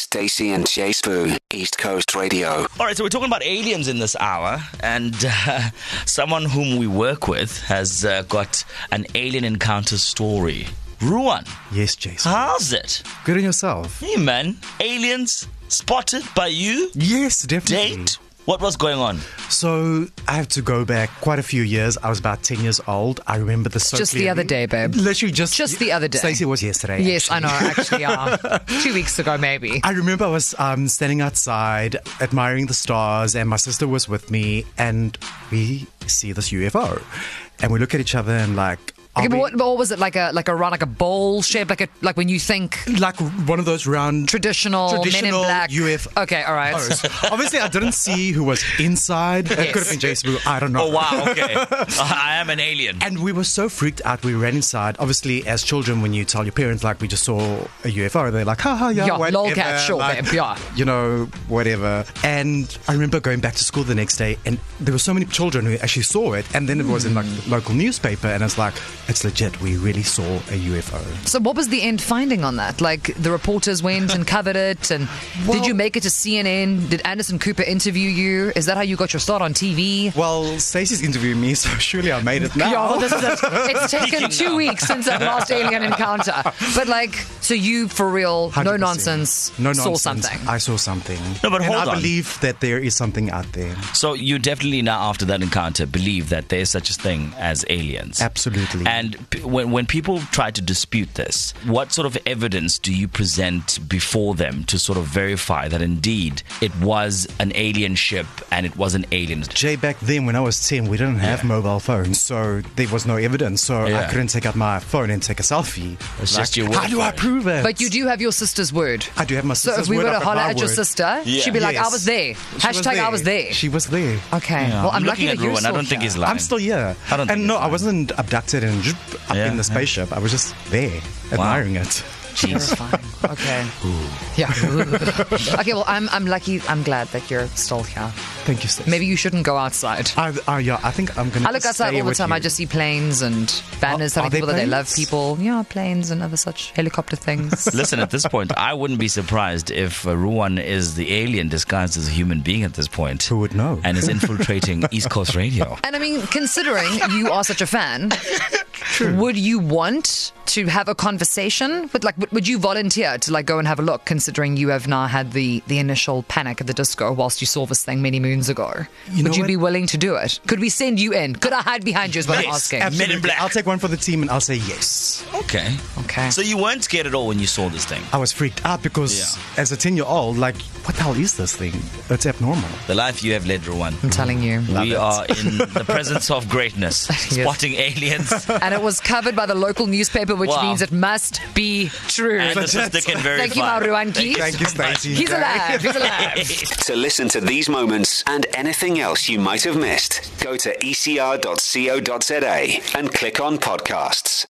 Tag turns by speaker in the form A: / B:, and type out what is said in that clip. A: Stacy and Jay Spoon, East Coast Radio.
B: All right, so we're talking about aliens in this hour, and uh, someone whom we work with has uh, got an alien encounter story. Ruan,
C: Yes, Jason.
B: how's it?
C: Good on yourself.
B: Hey, man, aliens spotted by you?
C: Yes, definitely.
B: Date? What was going on?
C: So I have to go back quite a few years. I was about ten years old. I remember this so
D: Just the other
C: clearly.
D: day, babe.
C: Literally just
D: Just the other day.
C: Stacey was yesterday.
D: Yes,
C: actually.
D: I know, actually, yeah. Two weeks ago, maybe.
C: I remember I was um, standing outside admiring the stars, and my sister was with me, and we see this UFO, and we look at each other and like. are
D: Okay, but
C: we-
D: what, what was it like a like a round like a bowl shape like a like when you think
C: like one of those round
D: traditional, men in
C: Traditional
D: black
C: UFO.
D: Okay, all right.
C: Obviously, I didn't see who was inside. It
D: Yes.
C: could have been Jason. Blue. I don't know.
B: Oh, wow, okay. I am an alien.
C: And we were so freaked out. We ran inside. Obviously, as children, when you tell your parents, like, we just saw a UFO, they're like, ha ha, yeah,
D: Yeah,
C: whatever.
D: lolcat, sure,
C: like,
D: babe, yeah.
C: You know, whatever. And I remember going back to school the next day, and there were so many children who actually saw it. And then it was in like
D: Hmm.
C: the local newspaper, and it's like, it's legit. We really saw a UFO.
D: So what was the end finding on that? Like the reporters went and covered it, and did you make it to CNN? Did Anderson Cooper interview you? Is that how you got your start on TV?
C: Well, Stacey's interviewing me, so surely I made it now.
D: Yeah, well, this is it. it's taken two weeks since that last alien encounter. But like, so you for real, no
C: 100%.
D: nonsense,
C: no
D: saw
C: nonsense.
D: something.
C: I saw something.
B: No, but
C: and
B: hold
C: I
B: on.
C: believe that there is something out there.
B: So you definitely now, after that encounter, believe that there's such a thing as aliens.
C: Absolutely.
B: And p- when when people try to dispute this, what sort of evidence do you present before them to sort of verify that indeed it was an alien ship and it was an alien?
C: Jay, back then when I was 10, we didn't have mobile phones, so there was no evidence. So
B: Yeah.
C: I couldn't take out my phone and take a selfie.
B: It's just your
C: How
B: word
C: do
B: for
C: I
B: it."
C: prove it?
D: But you do have your sister's word.
C: I do have my
D: So
C: sister's
D: if we
C: word,
D: were to
C: I've got
D: holler
C: my
D: at your
C: word.
D: sister,
B: Yeah.
D: she'd be like,
C: Yes.
D: "I was there."
C: She
D: Hashtag
C: was
D: I was there.
C: She was there.
D: okay. well, I'm lucky
B: looking at
D: that you're
B: Ruan. I
D: still
B: don't think
D: here.
B: he's lying.
C: I'm still here.
B: I don't think
C: and no,
B: it's
C: I
B: lying.
C: wasn't abducted and zoop, up
B: Yeah,
C: in the
B: yeah.
C: spaceship. I was just there admiring it.
B: Jeez.
D: Terrifying. Okay. Yeah. okay. Well, I'm I'm lucky. I'm glad that you're still here.
C: Thank you, Stacey.
D: Maybe you shouldn't go outside.
C: I, I, yeah, I think I'm gonna.
D: I look
C: just
D: outside
C: stay
D: all the
C: with
D: time.
C: You.
D: I just see planes and banners
C: Are-
D: telling
C: are they
D: people that they love
C: planes?
D: people. Yeah, planes and other such helicopter things.
B: Listen, at this point, I wouldn't be surprised if uh, Ruan is the alien disguised as a human being at this point.
C: Who would know?
B: And is infiltrating East Coast Radio.
D: And I mean, considering you are such a fan, would you want to have a conversation with like would- would you volunteer to like go and have a look considering you have now had the the initial panic at the disco whilst you saw this thing many moons ago?
C: You know
D: would you
C: what?
D: be willing to do it? Could we send you in? Could I hide behind you is what I'm asking.
B: Men in black.
C: I'll take one for the team and I'll say yes.
B: Okay.
D: Okay.
B: So you weren't scared at all when you saw this thing.
C: I was freaked out because
B: Yeah.
C: as a 10 year old, like, what the hell is this thing? It's abnormal.
B: The life you have led, Ruan.
D: I'm telling you.
B: we are in the presence of greatness,
D: Yes.
B: spotting aliens.
D: And it was covered by the local newspaper, which
B: Wow.
D: means it must be true.
B: And the sister can verify.
D: Thank you, Maruan
C: Thank you, Stacey.
D: He's alive. He's alive.
A: To listen to these moments and anything else E you might have missed, go to ecr.co.za and click on podcasts.